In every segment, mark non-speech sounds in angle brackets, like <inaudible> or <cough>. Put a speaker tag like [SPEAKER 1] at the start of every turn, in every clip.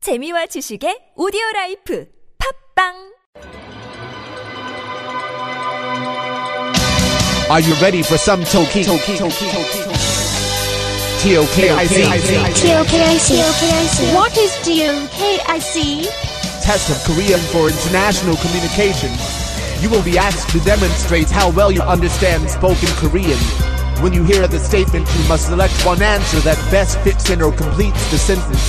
[SPEAKER 1] 재미와 지식의 오디오 라이프 팝빵!
[SPEAKER 2] Are you ready for some Toki? Toki. T-O-K-I-C.
[SPEAKER 3] T-O-K-I-C. What is T-O-K-I-C?
[SPEAKER 2] Test of Korean for International Communication. You will be asked to demonstrate how well you understand spoken Korean. When you hear the statement, you must select one answer that best fits in or completes the sentence.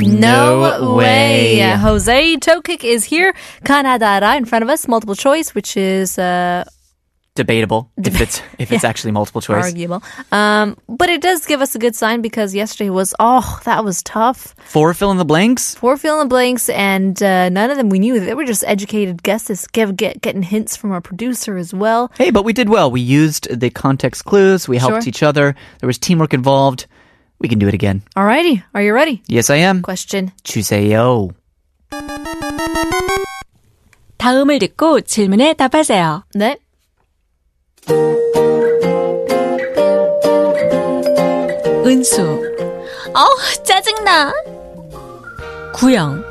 [SPEAKER 4] No way. Jose Tokic is here. Kanadara in front of us. Multiple choice, which is uh,
[SPEAKER 5] debatable
[SPEAKER 4] <laughs>
[SPEAKER 5] if it's if it's actually multiple choice.
[SPEAKER 4] arguable. Um, but it does give us a good sign because yesterday was, oh, that was tough.
[SPEAKER 5] For fill in the blanks,
[SPEAKER 4] Four fill in the blanks, and uh, none of them we knew. They were just educated guesses, give, get, getting hints from our producer as well.
[SPEAKER 5] hey, but we did well. We used the context clues. We helped
[SPEAKER 4] Sure.
[SPEAKER 5] each other. There was teamwork involved. We can do it again.
[SPEAKER 4] Alrighty. Are you ready?
[SPEAKER 5] Yes, I am.
[SPEAKER 4] Question.
[SPEAKER 5] 주세요.
[SPEAKER 6] 다음을 듣고 질문에 답하세요.
[SPEAKER 4] 네.
[SPEAKER 6] 은수,
[SPEAKER 3] 어, 짜증나.
[SPEAKER 6] 구영.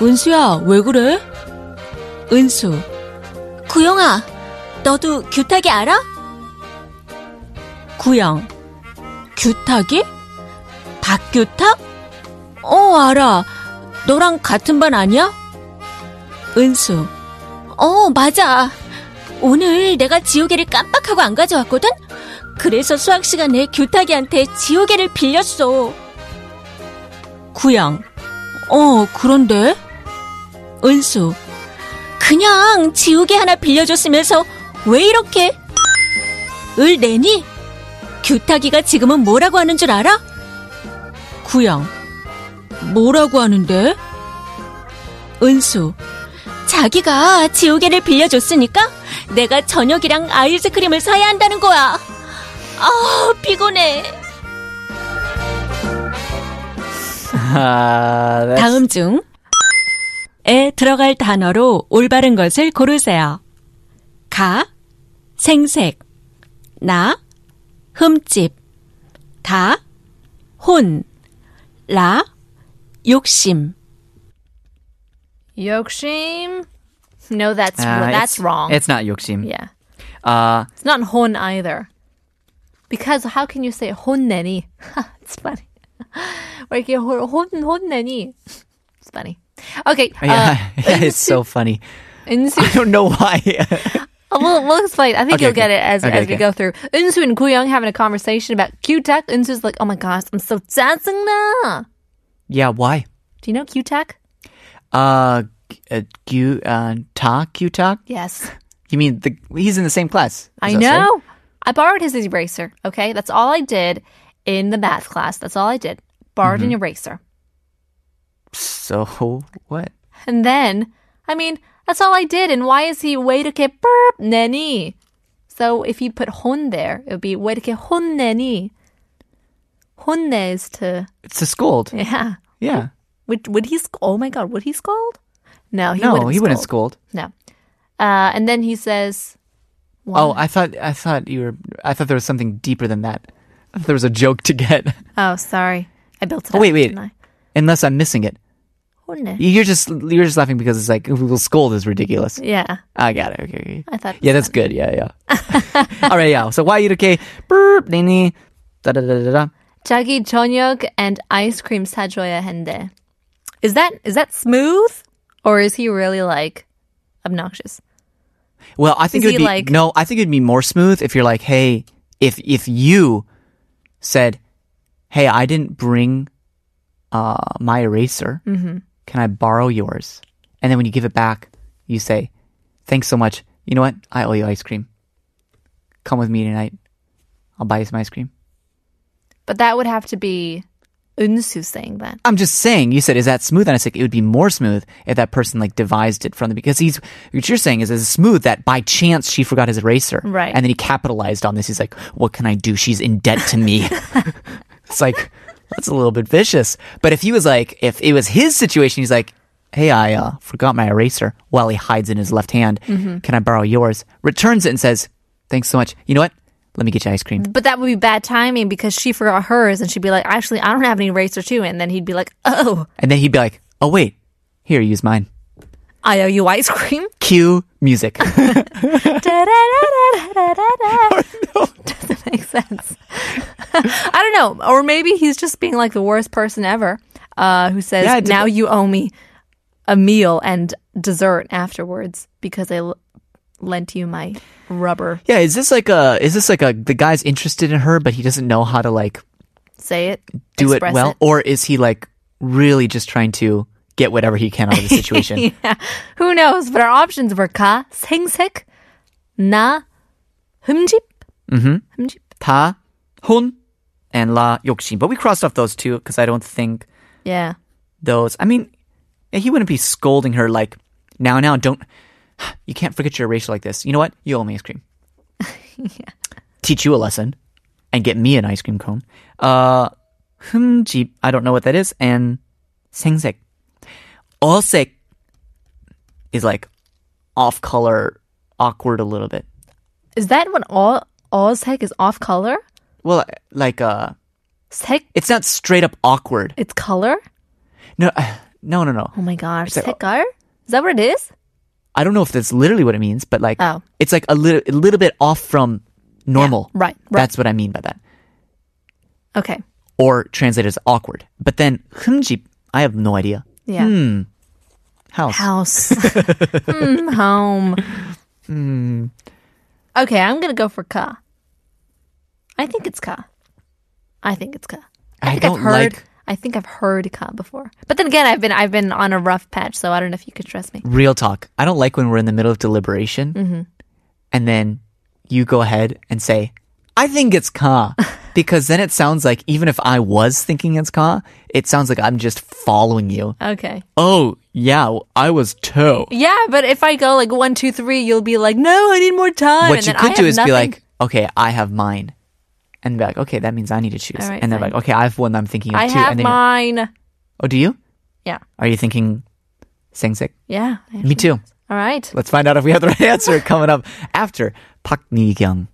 [SPEAKER 6] 은수야, 왜 그래? 은수,
[SPEAKER 3] 구영아, 너도 규탁이 알아?
[SPEAKER 6] 구영. 규탁이? 박규탁? 어, 알아. 너랑 같은 반 아니야? 은수,
[SPEAKER 3] 어, 맞아. 오늘 내가 지우개를 깜빡하고 안 가져왔거든? 그래서 수학 시간에 규탁이한테 지우개를 빌렸어.
[SPEAKER 6] 구영. 어, 그런데? 은수,
[SPEAKER 3] 그냥 지우개 하나 빌려줬으면서 왜 이렇게 을 내니? 규탁이가 지금은 뭐라고 하는 줄 알아?
[SPEAKER 6] 구영. 뭐라고 하는데? 은수,
[SPEAKER 3] 자기가 지우개를 빌려줬으니까 내가 저녁이랑 아이스크림을 사야 한다는 거야. 아, 피곤해.
[SPEAKER 5] Uh, that's-
[SPEAKER 6] 다음 중에 들어갈 단어로 올바른 것을 고르세요. 가, 생색, 나, 흠집, 다, 혼, 라, 욕심.
[SPEAKER 4] Yokshim. No, that's
[SPEAKER 5] uh,
[SPEAKER 4] that's
[SPEAKER 5] it's-
[SPEAKER 4] wrong.
[SPEAKER 5] It's not 욕심.
[SPEAKER 4] yeah.
[SPEAKER 5] Uh,
[SPEAKER 4] It's not hon either. Because how can you say 혼내니? <laughs> it's funny. <laughs> 왜 이렇게 혼, 혼, 혼내니? It's funny. Okay.
[SPEAKER 5] <laughs>
[SPEAKER 4] uh,
[SPEAKER 5] yeah,
[SPEAKER 4] <laughs>
[SPEAKER 5] it's
[SPEAKER 4] 은수,
[SPEAKER 5] so funny.
[SPEAKER 4] 은수.
[SPEAKER 5] I don't know why. <laughs>
[SPEAKER 4] Oh, <laughs> we'll, we'll explain. I think
[SPEAKER 5] Okay,
[SPEAKER 4] you'll get
[SPEAKER 5] okay.
[SPEAKER 4] it as,
[SPEAKER 5] Okay,
[SPEAKER 4] as we
[SPEAKER 5] okay.
[SPEAKER 4] go through. Unsu and Kuyang having a conversation about Q-Tech. Unsu's like, oh my gosh, I'm so 짜증나.
[SPEAKER 5] yeah, why?
[SPEAKER 4] Do you know Q-Tech?
[SPEAKER 5] Uh, uh, Q, uh, Ta, Q talk?
[SPEAKER 4] Yes.
[SPEAKER 5] You mean the, he's in the same class?
[SPEAKER 4] I
[SPEAKER 5] as us, right?
[SPEAKER 4] know. I borrowed his eraser. Okay. That's all I did in the math class. That's all I did. Borrowed an
[SPEAKER 5] Mm-hmm.
[SPEAKER 4] eraser.
[SPEAKER 5] So <laughs> what?
[SPEAKER 4] And then, I mean, that's all I did. And why is he way to get burp nanny? So if you put hon there, it would be way to get hon nanny. Honne is to
[SPEAKER 5] It's a scold.
[SPEAKER 4] yeah.
[SPEAKER 5] Yeah.
[SPEAKER 4] Would would he? sc- Oh my god, would he scold? No, he
[SPEAKER 5] no,
[SPEAKER 4] wouldn't
[SPEAKER 5] he wouldn't
[SPEAKER 4] scold.
[SPEAKER 5] scold.
[SPEAKER 4] No. Uh, and then he says,
[SPEAKER 5] Oh, I thought I thought you were. I thought there was something deeper than that. I thought there was a joke to get.
[SPEAKER 4] "Oh, sorry, I built it."
[SPEAKER 5] <laughs> Oh,
[SPEAKER 4] up,
[SPEAKER 5] wait, wait.
[SPEAKER 4] didn't I?
[SPEAKER 5] Unless I'm missing it.
[SPEAKER 4] Honne.
[SPEAKER 5] You're just you're just laughing because it's like "Ooh, scold is ridiculous.
[SPEAKER 4] Yeah,
[SPEAKER 5] I got it. Okay. okay.
[SPEAKER 4] I thought.
[SPEAKER 5] Yeah, that's good. Yeah, yeah.
[SPEAKER 4] <laughs>
[SPEAKER 5] <laughs> All right. Yeah. So why you okay? Burp. Nini. Da da da da da.
[SPEAKER 4] 자기 저녁 and ice cream 사줘야 한대. Is that is that smooth, or is he really like obnoxious?
[SPEAKER 5] Well, I think
[SPEAKER 4] Is
[SPEAKER 5] it would
[SPEAKER 4] he
[SPEAKER 5] be
[SPEAKER 4] like-
[SPEAKER 5] no. I think it'd be more smooth if you're like, hey, if if you said, hey, I didn't bring uh, my eraser.
[SPEAKER 4] Mm-hmm.
[SPEAKER 5] Can I borrow yours? And then when you give it back, you say, thanks so much. You know what? I owe you ice cream. Come with me tonight. I'll buy you some ice cream.
[SPEAKER 4] But that would have to be Unsu saying that.
[SPEAKER 5] I'm just saying, you said, is that smooth? And I said, it would be more smooth if that person like devised it from the, because he's, what you're saying is, is smooth that by chance she forgot his eraser.
[SPEAKER 4] Right.
[SPEAKER 5] And then he capitalized on this. He's like, what can I do? She's in debt to me. it's like, that's a little bit vicious. But if he was like, if it was his situation, he's like, hey, I uh, forgot my eraser. Well, he hides it in his left hand. Can I borrow yours? Returns it and says, thanks so much. You know what? Let me get you ice cream.
[SPEAKER 4] But that would be bad timing because she forgot hers and she'd be like, actually, I don't have any eraser too. And then he'd be like, oh,
[SPEAKER 5] And then he'd be like, oh, wait, here, use mine.
[SPEAKER 4] I owe you ice
[SPEAKER 5] <laughs>
[SPEAKER 4] cream.
[SPEAKER 5] Cue music.
[SPEAKER 4] Da-da-da-da-da-da-da. <laughs> Doesn't make sense. <laughs> I don't know. Or maybe he's just being like the worst person ever uh, who says,
[SPEAKER 5] Yeah, it dep-
[SPEAKER 4] now you owe me a meal and dessert afterwards because I l- lent you my rubber.
[SPEAKER 5] yeah, is this like a, is this like a, the guy's interested in her, but he doesn't know how to like
[SPEAKER 4] Say it.
[SPEAKER 5] do it
[SPEAKER 4] Express
[SPEAKER 5] well? Or is he like really just trying to get whatever he can out of the situation?
[SPEAKER 4] Who knows? But our options were 가, 생색, 나, 흠집. Mm-hmm. 흠집.
[SPEAKER 5] Ta, hun, and la yokshin. But we crossed off those two because I don't think
[SPEAKER 4] Yeah.
[SPEAKER 5] those. I mean, he wouldn't be scolding her like, now, now, don't. <sighs> You can't forget your erasure like this. You know what? You owe me ice cream. Teach you a lesson and get me an ice cream cone. Uh, 흠집. I don't know what that is. And 생색. 어색 is like off color, awkward a little bit.
[SPEAKER 4] Is that what all all sek is off color?
[SPEAKER 5] Well, like, uh,
[SPEAKER 4] Sek,
[SPEAKER 5] it's not straight up awkward.
[SPEAKER 4] it's color.
[SPEAKER 5] No, <sighs> no, no, no.
[SPEAKER 4] Oh my gosh,
[SPEAKER 5] like-
[SPEAKER 4] 색깔? Is that what it is?
[SPEAKER 5] I don't know if that's literally what it means, but like
[SPEAKER 4] Oh.
[SPEAKER 5] it's like a little a little bit off from normal.
[SPEAKER 4] right, right.
[SPEAKER 5] That's what I mean by that.
[SPEAKER 4] Okay.
[SPEAKER 5] Or translated as awkward. But then 흠집, I have no idea.
[SPEAKER 4] Yeah.
[SPEAKER 5] House.
[SPEAKER 4] House. Hmm, home. Okay, I'm gonna go for ka. I think it's ka. I think it's ka.
[SPEAKER 5] I
[SPEAKER 4] think
[SPEAKER 5] don't
[SPEAKER 4] I've heard.
[SPEAKER 5] like-
[SPEAKER 4] I think I've heard ka before. But then again, I've been I've been on a rough patch, so I don't know if you could trust me.
[SPEAKER 5] Real talk. I don't like when we're in the middle of deliberation
[SPEAKER 4] Mm-hmm.
[SPEAKER 5] and then you go ahead and say, I think it's
[SPEAKER 4] <laughs>
[SPEAKER 5] ka. because then it sounds like even if I was thinking it's ka, it sounds like I'm just following you.
[SPEAKER 4] Okay.
[SPEAKER 5] Oh, yeah, I was too.
[SPEAKER 4] Yeah, but if I go like one, two, three, you'll be like, no, I need more time.
[SPEAKER 5] what you
[SPEAKER 4] and then
[SPEAKER 5] could
[SPEAKER 4] I
[SPEAKER 5] do
[SPEAKER 4] have
[SPEAKER 5] is be
[SPEAKER 4] nothing.
[SPEAKER 5] like, okay, I have mine. And be like, okay, that means I need to choose.
[SPEAKER 4] All right,
[SPEAKER 5] and they're
[SPEAKER 4] fine.
[SPEAKER 5] like, okay, I have one I'm thinking of
[SPEAKER 4] I
[SPEAKER 5] too.
[SPEAKER 4] have
[SPEAKER 5] and then
[SPEAKER 4] mine.
[SPEAKER 5] you're- Oh, do you?
[SPEAKER 4] Yeah.
[SPEAKER 5] Are you thinking Sengsek?
[SPEAKER 4] Yeah.
[SPEAKER 5] Me too.
[SPEAKER 4] All right.
[SPEAKER 5] Let's find out if we have the right <laughs> answer coming up after Park Ni Kyung.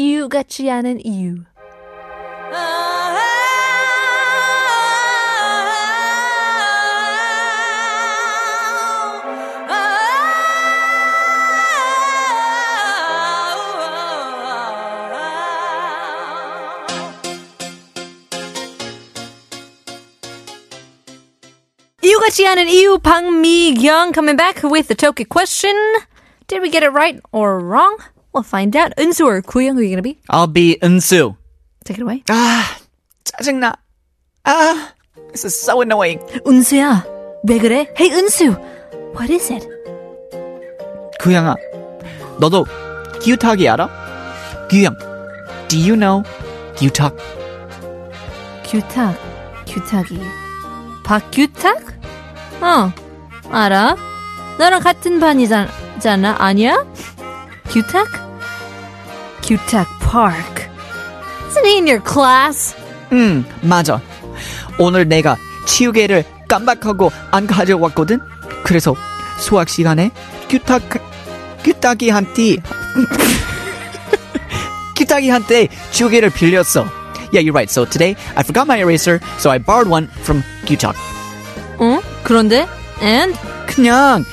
[SPEAKER 4] 이유 같지 않은 이유. 이유 같지 않은 이유 박미경 coming back with the Tokyo question. Did we get it right or wrong? We'll find out. 은수 or 구영, who are you gonna be?
[SPEAKER 5] I'll be Unsu.
[SPEAKER 4] Take it away.
[SPEAKER 5] 짜증나. Ah, this is so annoying.
[SPEAKER 4] 은수야, 왜 그래? Hey 은수, what is it?
[SPEAKER 5] 구양아, 너도 규탁이 알아? 규양, do you know 규탁?
[SPEAKER 4] 규탁, 규탁이. 박규탁? 어, 알아. 나랑 같은 반이잖아, 아니야? 규탁? 규탁 Park. Isn't he in your class?
[SPEAKER 5] 응, 음, 맞아. 오늘 내가 치우개를 깜빡하고 안 가져왔거든. 그래서 수학 시간에 규탁 규탁이한테 <laughs> 규탁이한테 치우개를 빌렸어. Yeah, you're right. So today I forgot my eraser, so I borrowed one from 규탁.
[SPEAKER 4] 응? 그런데? And?
[SPEAKER 5] 그냥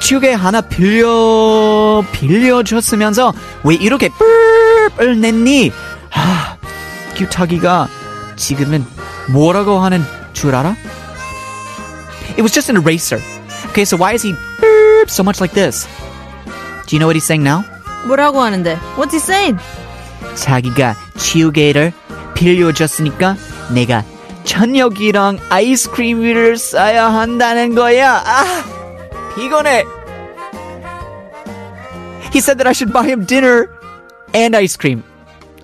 [SPEAKER 5] 치우개 하나 빌려 빌려줬으면서 왜 이렇게 뿔을 냈니? 아, 규탁이가 지금은 뭐라고 하는 줄 알아? It was just an eraser. Okay, so why is he burp so much like this? Do you know what he's saying now?
[SPEAKER 4] 뭐라고 하는데? What's he saying?
[SPEAKER 5] 자기가 치우개를 빌려줬으니까 내가 저녁이랑 아이스크림을 싸야 한다는 거야. 아, 피곤해. He said that I should buy him dinner and ice cream.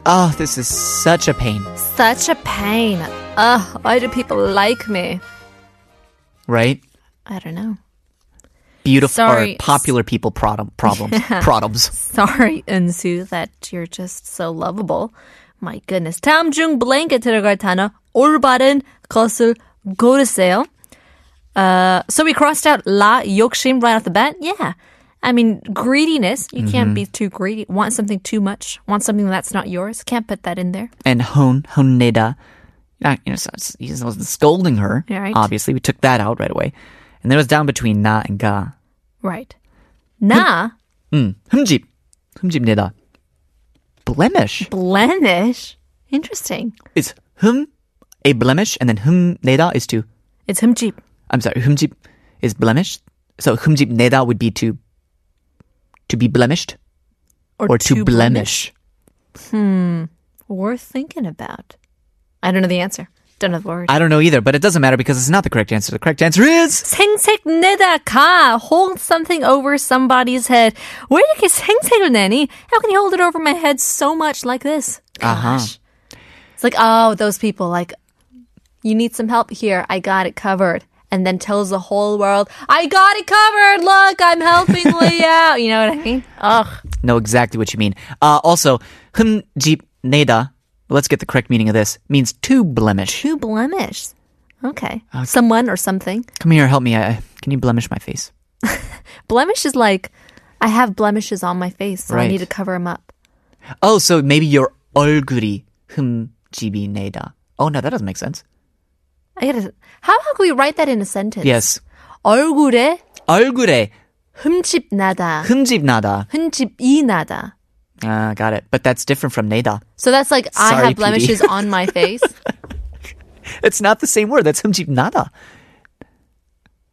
[SPEAKER 5] Oh, this is such a pain,
[SPEAKER 4] Such a pain. Ugh, why do people like me?
[SPEAKER 5] right?
[SPEAKER 4] I don't know. <laughs>
[SPEAKER 5] Beautiful
[SPEAKER 4] Sorry.
[SPEAKER 5] or popular people problem
[SPEAKER 4] <laughs>
[SPEAKER 5] problems problems.
[SPEAKER 4] Sorry, Unsu, that you're just so lovable. My goodness. 다음 중 blank 들어갈 단어 올바른 것을 고르세요. Uh, so we crossed out la 욕심 right off the bat. Yeah. I mean, greediness. You
[SPEAKER 5] Mm-hmm.
[SPEAKER 4] can't be too greedy. Want something too much. Want something that's not yours. Can't put that in there.
[SPEAKER 5] and Hon Honeda. Not, you know, so- so he wasn't scolding her.
[SPEAKER 4] Right.
[SPEAKER 5] Obviously, we took that out right away, and then it was down between na and ga.
[SPEAKER 4] Right.
[SPEAKER 5] Hmm.
[SPEAKER 4] Na,
[SPEAKER 5] 음, 흠집, 흠집내다. Blemish.
[SPEAKER 4] blemish. Interesting.
[SPEAKER 5] It's 흠, a blemish, and then 흠내다 is to.
[SPEAKER 4] It's humjip.
[SPEAKER 5] I'm sorry, 흠집 is blemish. So 흠집내다 would be to. To be blemished or, to, blemish.
[SPEAKER 4] Worth thinking about. I don't know the answer. Don't know the word.
[SPEAKER 5] I don't know either, but it doesn't matter because it's not the correct answer. The correct answer is
[SPEAKER 4] 생색 내다 가 hold something over somebody's head. 왜 이렇게 생색을 내니? How can you hold it over my head so much like this?
[SPEAKER 5] 아하.
[SPEAKER 4] Gosh. It's like oh those people like you need some help here. I got it covered. And then tells the whole world, I got it covered. Look, I'm helping
[SPEAKER 5] <laughs>
[SPEAKER 4] Lee out. You know what I mean? Ugh.
[SPEAKER 5] know exactly what you mean. Uh, also, 흠집 내다. Let's get the correct meaning of this. Means to blemish.
[SPEAKER 4] Two blemish. Okay. Someone or something.
[SPEAKER 5] Come here, help me. I, I- can you blemish my face?
[SPEAKER 4] Blemish is like, I have blemishes on my face, so I
[SPEAKER 5] Right.
[SPEAKER 4] need to cover them up.
[SPEAKER 5] Oh, so maybe your 얼굴이 흠집이 내다. Oh no, that doesn't make sense.
[SPEAKER 4] I gotta, how, how can we write that in a sentence?
[SPEAKER 5] Yes,
[SPEAKER 4] 얼굴에
[SPEAKER 5] 얼굴에
[SPEAKER 4] 흠집 나다.
[SPEAKER 5] 흠집 나다.
[SPEAKER 4] 흠집이 나다.
[SPEAKER 5] Ah, got it. But that's different from 내다.
[SPEAKER 4] So that's like I
[SPEAKER 5] Sorry,
[SPEAKER 4] have blemishes on my face.
[SPEAKER 5] It's not the same word. That's 흠집 나다.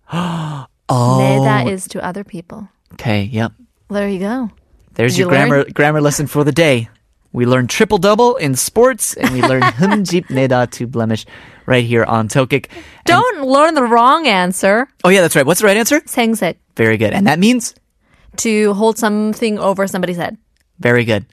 [SPEAKER 5] <gasps> Oh,
[SPEAKER 4] 내다 is to other people.
[SPEAKER 5] Okay, yep.
[SPEAKER 4] There you go.
[SPEAKER 5] There's
[SPEAKER 4] Did
[SPEAKER 5] your
[SPEAKER 4] you learn?
[SPEAKER 5] grammar grammar lesson for the day. We learned triple double in sports, and
[SPEAKER 4] <laughs>
[SPEAKER 5] we learned 흠집 내다 to blemish right here on Tokik.
[SPEAKER 4] Don't learn the wrong answer.
[SPEAKER 5] Oh yeah, that's right. What's the right answer?
[SPEAKER 4] 생색
[SPEAKER 5] Very good. And that means
[SPEAKER 4] to hold something over somebody's head.
[SPEAKER 5] very good.